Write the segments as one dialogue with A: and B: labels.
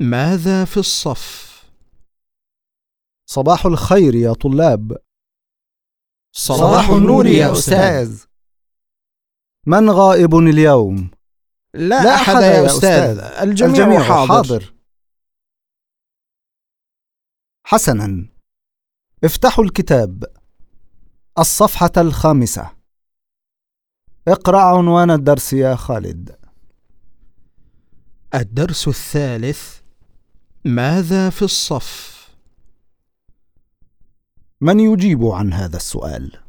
A: ماذا في الصف؟
B: صباح الخير يا طلاب
C: صباح النور يا أستاذ.
B: من غائب اليوم؟
A: لا, أحد يا أستاذ الجميع, حاضر.
B: حسنا افتحوا الكتاب الصفحة الخامسة اقرأ عنوان الدرس يا خالد
A: الدرس الثالث ماذا في الصف؟
B: من يجيب عن هذا السؤال؟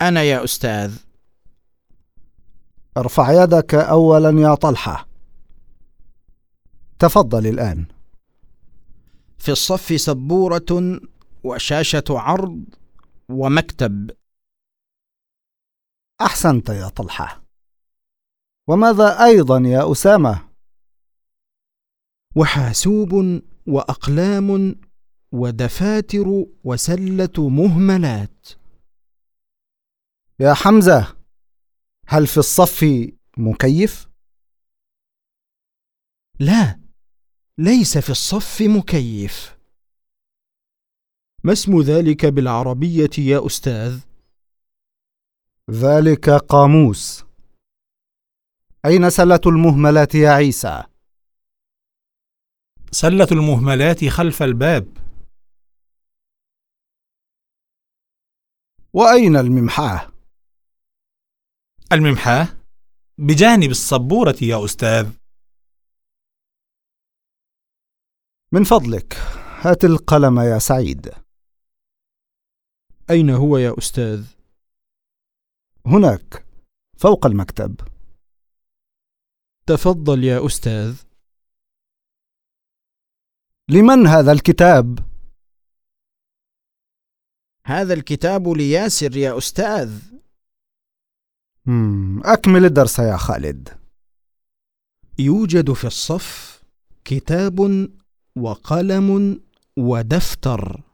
A: أنا يا أستاذ
B: ارفع يدك أولا يا طلحة تفضل الآن
A: في الصف سبورة وشاشة عرض ومكتب
B: أحسنت يا طلحة وماذا أيضا يا أسامة؟
A: وحاسوب وأقلام ودفاتر وسلة مهملات
B: يا حمزة هل في الصف مكيف؟
A: لا ليس في الصف مكيف ما اسم ذلك بالعربية يا أستاذ؟
B: ذلك قاموس أين سلة المهملات يا عيسى؟
C: سلة المهملات خلف الباب
B: وأين الممحاة؟
C: الممحاة بجانب السبورة يا أستاذ
B: من فضلك هات القلم يا سعيد
A: أين هو يا أستاذ؟
B: هناك فوق المكتب
A: تفضل يا أستاذ
B: لمن هذا الكتاب؟
A: هذا الكتاب لياسر يا أستاذ
B: مم، أكمل الدرس يا خالد
A: يوجد في الصف كتاب وقلم ودفتر